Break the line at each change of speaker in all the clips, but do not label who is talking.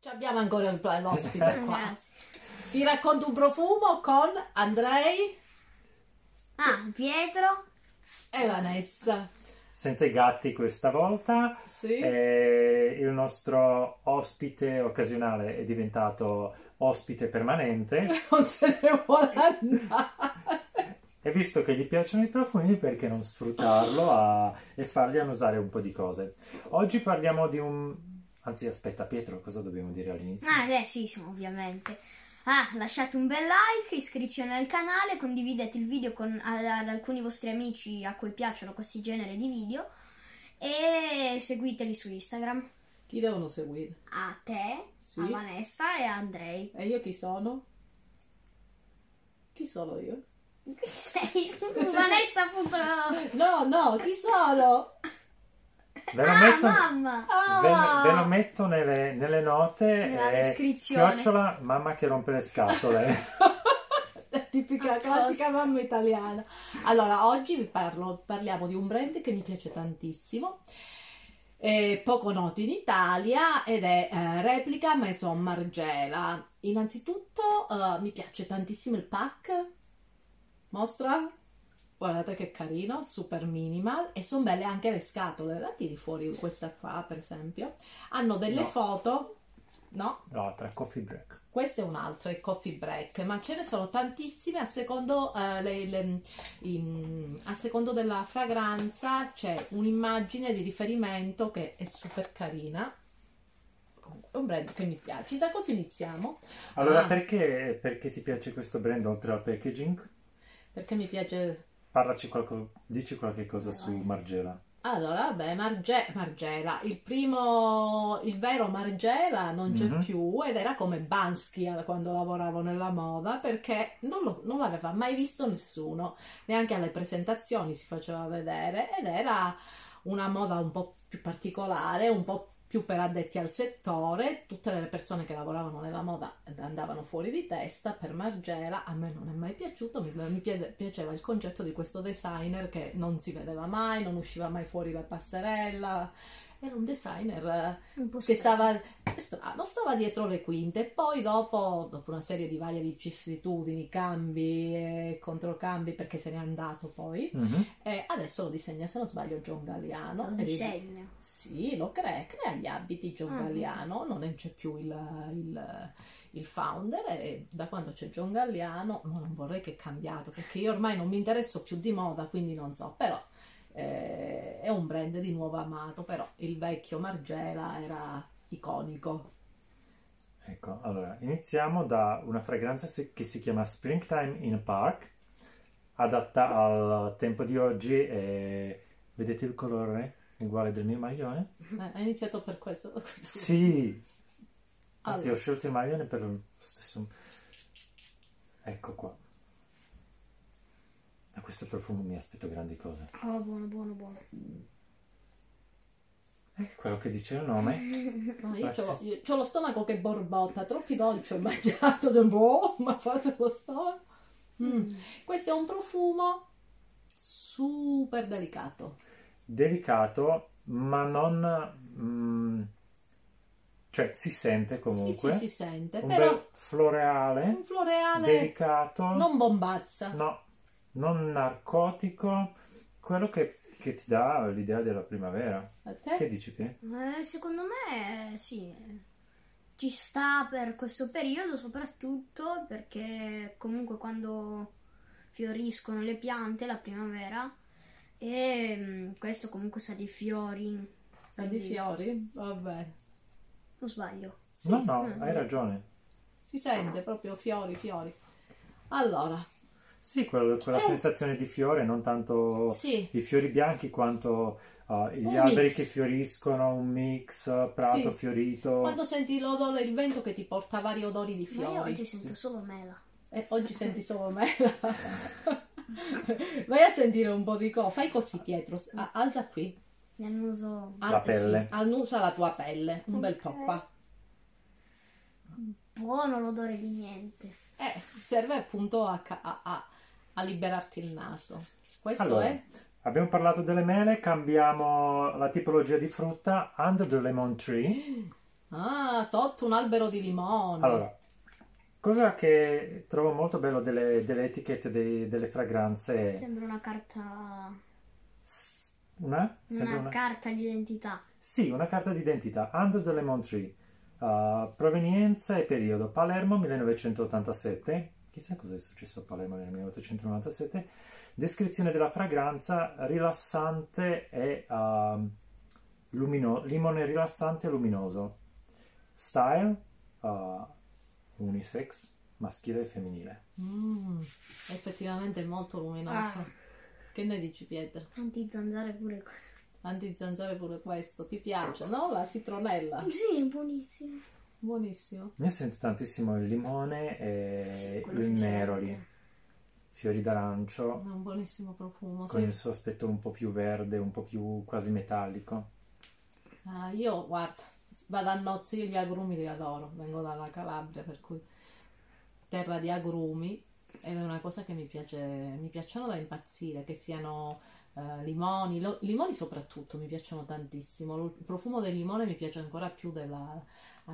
Ci abbiamo ancora il- l'ospite qua.
Grazie.
Ti racconto un profumo con Andrei
Ah, Pietro.
e Vanessa.
Senza i gatti questa volta.
Sì.
Eh. E il nostro ospite occasionale è diventato ospite permanente.
Non se ne vuole andare.
E visto che gli piacciono i profumi, perché non sfruttarlo a- e fargli annusare un po' di cose? Oggi parliamo di un. Anzi, aspetta, Pietro, cosa dobbiamo dire all'inizio?
Ah, beh, sì, sì, ovviamente. Ah, lasciate un bel like, iscrizione al canale, condividete il video con ad, ad alcuni vostri amici a cui piacciono questi genere di video e seguiteli su Instagram.
Chi devono seguire?
A te,
Sì.
a Vanessa e a Andrei.
E io chi sono? Chi sono io?
Chi sei? Vanessa appunto...
No, no, chi sono?
Ve lo
Ah,
metto-
mamma!
Ve,
Ah!
ve lo metto nelle, nelle note
Nella
eh,
descrizione.
chiocciola mamma che rompe le scatole
La tipica
Apposta.
classica mamma italiana. Allora, oggi vi parlo, parliamo di un brand che mi piace tantissimo, è poco noto in Italia ed è eh, Replica Maison Margiela. Innanzitutto eh, mi piace tantissimo il pack, mostra, guardate che carino, super minimal e sono belle anche le scatole, la tiri fuori questa qua per esempio. Hanno delle
No.
foto, no?
l'altra coffee break
Questa è un'altra, il coffee break, ma ce ne sono tantissime a secondo, eh, le- le- in- a secondo della fragranza c'è un'immagine di riferimento che è super carina. Comunque è un brand che mi piace. Da cosa iniziamo?
allora
Ah.
perché, perché ti piace questo brand oltre al packaging?
Perché mi piace
Parlaci qualco- dici qualche cosa su Margela
Allora, vabbè, Marge- Margela, il primo, il vero Margela non c'è
Mhm.
più ed era come Bansky al- quando lavoravo nella moda perché non, lo- non l'aveva mai visto nessuno, neanche alle presentazioni si faceva vedere ed era una moda un po' più particolare, un po' più per addetti al settore, tutte le persone che lavoravano nella moda andavano fuori di testa per Margela, a me non è mai piaciuto, mi, mi pie- piaceva il concetto di questo designer che non si vedeva mai, non usciva mai fuori la passerella, era un designer eh,
Un po'
che stava
strano.
strano, stava dietro le quinte. Poi dopo, dopo una serie di varie vicissitudini, cambi e controcambi, perché se n'è andato poi,
Mhm.
e Eh, adesso lo disegna, se non sbaglio, John Galliano.
Un
E-
disegno.
Sì, lo crea, crea gli abiti John
Ah.
Galliano, non c'è più il, il- il founder e da quando c'è John Galliano, ma non vorrei che è cambiato perché io ormai non mi interesso più di moda, quindi non so, però eh, è un brand di nuovo amato, però il vecchio Margela era iconico.
ecco allora iniziamo da una fragranza si- che si chiama Springtime in a Park adatta al tempo di oggi e vedete il colore uguale del mio maglione?
Eh, Hai iniziato per questo?
Sì. Anzi, ho
Allora.
scelto il maglione per lo stesso. Ecco qua. Da questo profumo mi aspetto grandi cose.
Oh, buono, buono, buono.
È quello che dice il nome.
Ma io
Ma
c'ho,
Eh, sì.
io c'ho lo stomaco che borbotta, troppi dolci ho mangiato, cioè, boh, ma fate lo stomaco. Mm. Questo è un profumo super delicato.
Delicato, ma non. mm, cioè, si sente comunque.
Sì, sì, si sente,
Un
però
bel floreale,
un floreale
delicato.
non bombazza.
No, non narcotico. Quello che, che ti dà l'idea della primavera.
A te?
Che dici, Pie?
Eh, secondo me eh, sì, eh, ci sta per questo periodo soprattutto perché comunque quando fioriscono le piante la primavera e mm, questo comunque sa di fiori.
Sa di fiori? Vabbè.
Non sbaglio.
Sì,
no, no,
mm.
hai ragione.
si sente proprio fiori, fiori. Allora,
Sì, quel- quella
Eh.
sensazione di fiore, non tanto
sì,
i fiori bianchi quanto uh, gli
Un
alberi
mix.
che fioriscono, un mix, uh, prato
Sì.
fiorito.
quando senti l'odore, il vento che ti porta vari odori di
Ma io
fiori.
oggi sento solo mela.
E Eh, oggi senti solo me. Vai a sentire un po' di co. Fai così, Pietro. s- a- alza qui.
Nel muso
Al-
La pelle.
sì, annusa la tua pelle. Un bel po'
Ok.
qua.
buono l'odore di niente.
Eh, serve appunto a, ca- a- a- a liberarti il naso. Questo
Allora,
è.
Abbiamo parlato delle mele, cambiamo la tipologia di frutta, Under the Lemon Tree,
Ah, sotto un albero di limone.
Allora, cosa che trovo molto bello delle, delle etichette dei- delle fragranze è
Sembra una carta.
s- una? Sembra
Una
una-
carta d'identità.
Sì, una carta d'identità, Under the Lemon Tree, Uh, provenienza e periodo, Palermo 1987, chissà cosa è successo a Palermo nel 1897, descrizione della fragranza rilassante e uh, lumino- limone rilassante e luminoso, style uh, unisex, maschile e femminile.
Mm, effettivamente è molto luminoso.
Ah.
Che ne dici, Pietro?
Anti-zanzare pure questo.
Antizanzare pure questo. Ti piace, no? La citronella.
Sì, è buonissimo.
Buonissimo.
Io sento tantissimo il limone e
Quello
il
si sente.
Eh, nero lì, fiori
Ha
d'arancio.
un buonissimo profumo.
con
sì.
il suo aspetto un po' più verde, un po' più quasi metallico.
Ah, io, guarda, vado a nozze, io gli agrumi li adoro. Vengo dalla Calabria, per cui terra di agrumi. Ed è una cosa che mi piace, mi piacciono da impazzire, che siano eh, limoni, lo- limoni soprattutto mi piacciono tantissimo. Lo- Il profumo del limone mi piace ancora più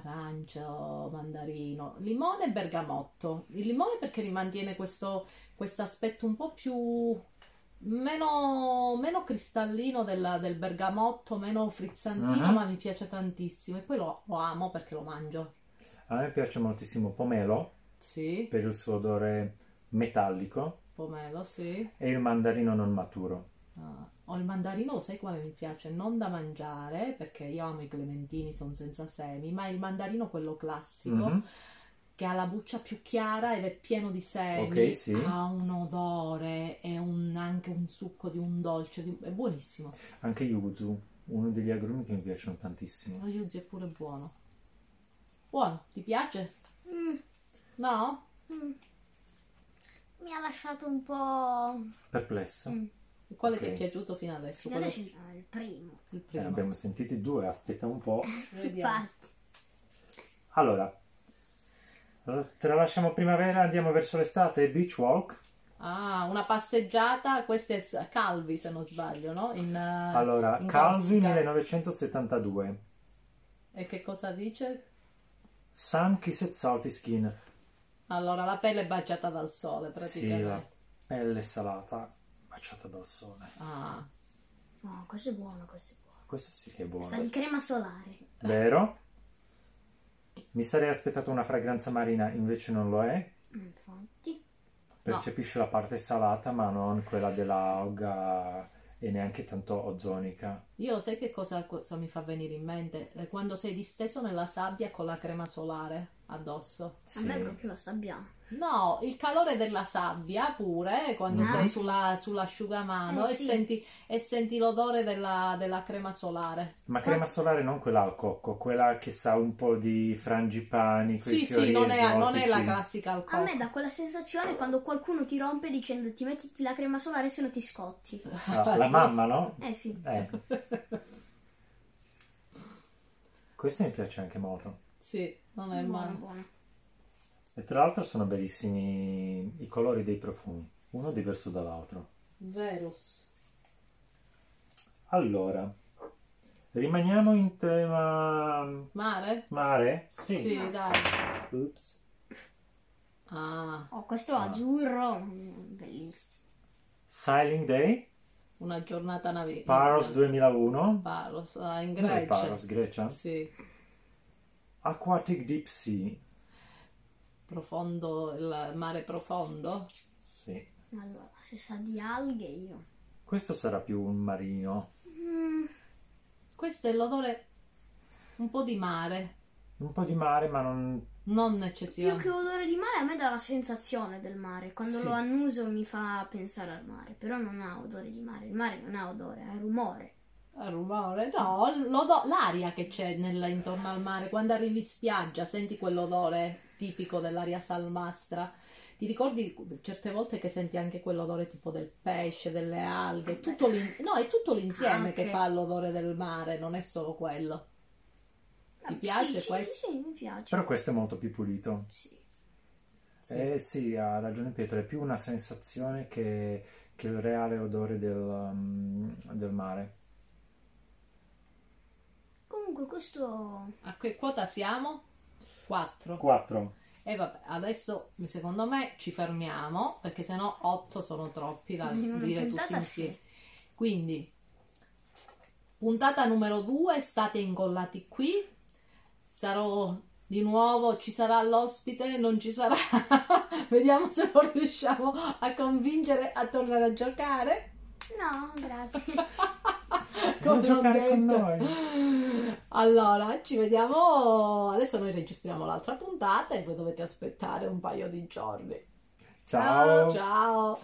dell'arancio, mandarino. Limone e bergamotto. Il limone perché rimantiene questo aspetto un po' più meno, meno cristallino della- del bergamotto, meno frizzantino,
Mhm.
ma mi piace tantissimo. E poi lo, lo amo perché lo mangio.
A me piace moltissimo pomelo
Sì,
per il suo odore metallico
pomelo, sì.
e il mandarino non maturo.
Ah, Ho il mandarino, lo sai quale mi piace? Non da mangiare, perché io amo i clementini, sono senza semi, ma il mandarino quello classico,
Mhm.
che ha la buccia più chiara ed è pieno di semi,
Ok, sì.
ha un odore e un- anche un succo di un dolce, di- è buonissimo.
Anche yuzu, uno degli agrumi che mi piacciono tantissimo.
Lo yuzu Oh, è pure buono. Buono, ti piace?
Mm,
No?
mm. Mi ha lasciato un po'.
Perplesso. Eh,
Mm.
Quale
Ok.
ti è piaciuto fino adesso?
Fino
Quello-
adesso era Ah, il primo.
il
Eh, ne
primo.
abbiamo sentiti due, aspetta un po'.
Vediamo.
Infatti.
Allora, tralasciamo primavera, andiamo verso l'estate, beach walk.
Ah, una passeggiata, questa è s- Calvi se non sbaglio, no? In, eh,
Allora,
in
Calvi
Corsica.
1972.
E che cosa dice?
Sanchi Salty Skin.
Allora, la pelle è baciata dal sole
Sì, la
praticamente.
pelle salata baciata dal sole.
Ah,
No, questo è buono, questo è buono.
Questo sì che è
Sa
buono.
di crema solare.
Vero? Mi sarei aspettato una fragranza marina, invece non lo è.
Mm, Infatti.
Percepisce la parte salata, ma non quella dell'alga e neanche tanto ozonica.
io lo sai che cosa, cosa mi fa venire in mente? Eh, Quando sei disteso nella sabbia con la crema solare addosso.
A me
Sì.
proprio la sabbia.
No, il calore della sabbia pure, eh, quando
Ah.
sei sulla, sull'asciugamano
Eh,
e,
sì.
senti, e senti l'odore della, della crema solare.
Ma crema solare non quella al cocco, quella che sa un po' di frangipani, quei
Sì,
fiori
sì, non è, non è la
esotici.
classica al
A me
cocco.
dà quella sensazione quando qualcuno ti rompe dicendo ti mettiti la crema solare se no ti scotti.
Ah, la mamma, no?
Eh sì.
Eh. Questa mi piace anche molto.
Sì, non è
buono,
male.
buono.
E tra l'altro sono bellissimi i colori dei profumi, uno diverso dall'altro.
Verus.
Allora, rimaniamo in tema
Mare?
mare? Sì.
sì dai.
Ups.
Ah,
Oh, questo
Ah.
azzurro. mm, Bellissimo.
Sailing Day,
una giornata navigante.
Paros 2001.
Paros, ah, in
Non è
Grecia.
Paros, Grecia.
Sì,
Aquatic Deep Sea.
profondo, il mare profondo.
Sì.
Allora, se sa di alghe io.
Questo sarà più un marino,
Mm,
Questo è l'odore un po' di mare,
un po' di mare, ma non
non
più
eccessivamente.
che odore di mare a me dà la sensazione del mare. Quando
Sì.
lo annuso mi fa pensare al mare, però non ha odore di mare. Il mare non ha odore, ha rumore.
Il rumore, no, l'odo- l'aria che c'è nel- intorno al mare, quando arrivi in spiaggia senti quell'odore tipico dell'aria salmastra. Ti ricordi certe volte che senti anche quell'odore tipo del pesce, delle alghe, tutto l'in- no, è tutto l'insieme
Ah, ok.
che fa l'odore del mare, non è solo quello. Ti
Ah,
piace
sì, sì,
questo?
Sì, mi piace.
Però questo è molto più pulito.
Sì.
Sì.
Eh sì, ha ragione Pietro, è più una sensazione che, che il reale odore del, um, del mare.
Comunque Comunque questo...
A che quota siamo? 4.
4.
E vabbè, adesso secondo me ci fermiamo perché sennò 8 sono troppi da
In una
dire tutti
Mm-hmm, puntata sì.
insieme. Quindi, puntata numero 2, state incollati qui. Sarò di nuovo, ci sarà l'ospite, non ci sarà. Vediamo se lo riusciamo a convincere a tornare a giocare.
No, grazie.
Come
Non giocare
ho
con
detto.
noi.
Allora, ci vediamo. Adesso noi registriamo l'altra puntata e voi dovete aspettare un paio di giorni.
Ciao.
Ciao.